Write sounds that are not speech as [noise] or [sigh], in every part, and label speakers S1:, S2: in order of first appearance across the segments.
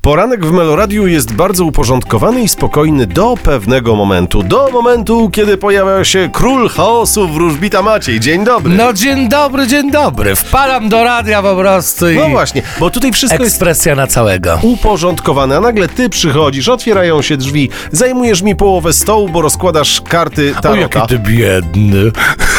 S1: Poranek w Meloradiu jest bardzo uporządkowany i spokojny do pewnego momentu. Do momentu, kiedy pojawia się król chaosu wróżbita Maciej. Dzień dobry.
S2: No dzień dobry, dzień dobry. Wpalam do radia po prostu i
S1: No właśnie, bo tutaj wszystko jest
S2: ekspresja na całego.
S1: uporządkowane, a nagle ty przychodzisz, otwierają się drzwi, zajmujesz mi połowę stołu, bo rozkładasz karty
S2: O,
S1: tarota.
S2: jaki ty biedny.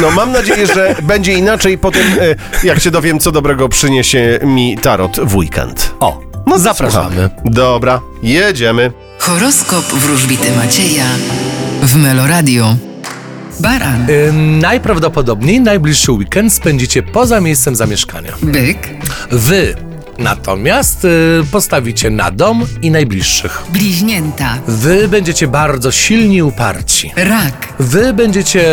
S1: No mam nadzieję,
S2: [laughs]
S1: że będzie inaczej po tym, e, jak się dowiem, co dobrego przyniesie mi tarot w weekend.
S2: O,
S1: No to
S2: zapraszamy.
S1: słuchamy. Dobra, jedziemy.
S3: Horoskop wróżbity Macieja w Meloradio. Baran,
S2: Y, najprawdopodobniej najbliższy weekend spędzicie poza miejscem zamieszkania.
S3: byk,
S2: Wy natomiast y, postawicie na dom i najbliższych.
S3: bliźnięta,
S2: Wy będziecie bardzo silni i uparci.
S3: rak,
S2: Wy będziecie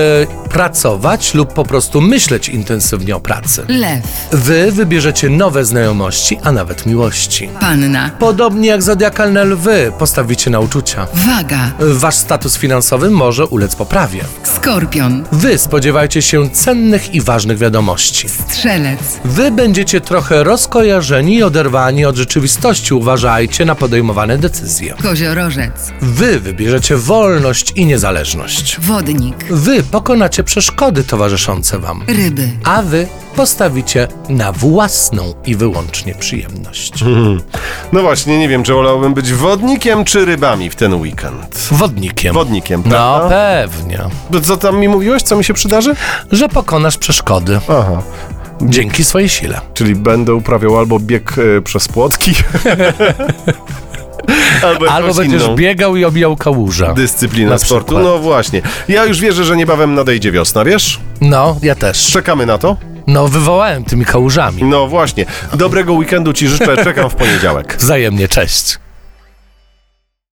S2: pracować lub po prostu myśleć intensywnie o pracy.
S3: lew,
S2: Wy wybierzecie nowe znajomości, a nawet miłości.
S3: panna,
S2: Podobnie jak zodiakalne lwy, postawicie na uczucia.
S3: waga,
S2: Wasz status finansowy może ulec poprawie.
S3: skorpion,
S2: Wy spodziewajcie się cennych i ważnych wiadomości.
S3: strzelec,
S2: Wy będziecie trochę rozkojarzeni i oderwani od rzeczywistości. Uważajcie na podejmowane decyzje.
S3: koziorożec,
S2: Wy wybierzecie wolność i niezależność.
S3: wodnik,
S2: Wy pokonacie przeszkody towarzyszące wam.
S3: ryby,
S2: A wy postawicie na własną i wyłącznie przyjemność.
S1: No właśnie, nie wiem, czy wolałbym być wodnikiem czy rybami w ten weekend.
S2: Wodnikiem.
S1: Wodnikiem,
S2: No
S1: prawda?
S2: pewnie.
S1: No, co tam mi mówiłeś, co mi się przydarzy?
S2: Że pokonasz przeszkody
S1: Aha,
S2: dzięki swojej sile.
S1: czyli będę uprawiał albo bieg e, przez płotki, [laughs] albo,
S2: Albo
S1: jakąś
S2: będziesz
S1: inną.
S2: biegał i obijał kałuża.
S1: Dyscyplina
S2: Na
S1: sportu,
S2: przykład.
S1: no właśnie. Ja już wierzę, że niebawem nadejdzie wiosna, wiesz?
S2: No, ja też.
S1: Czekamy na to.
S2: No, wywołałem tymi kałużami.
S1: Mm. No właśnie. Dobrego weekendu Ci życzę, czekam w poniedziałek.
S2: Wzajemnie, cześć.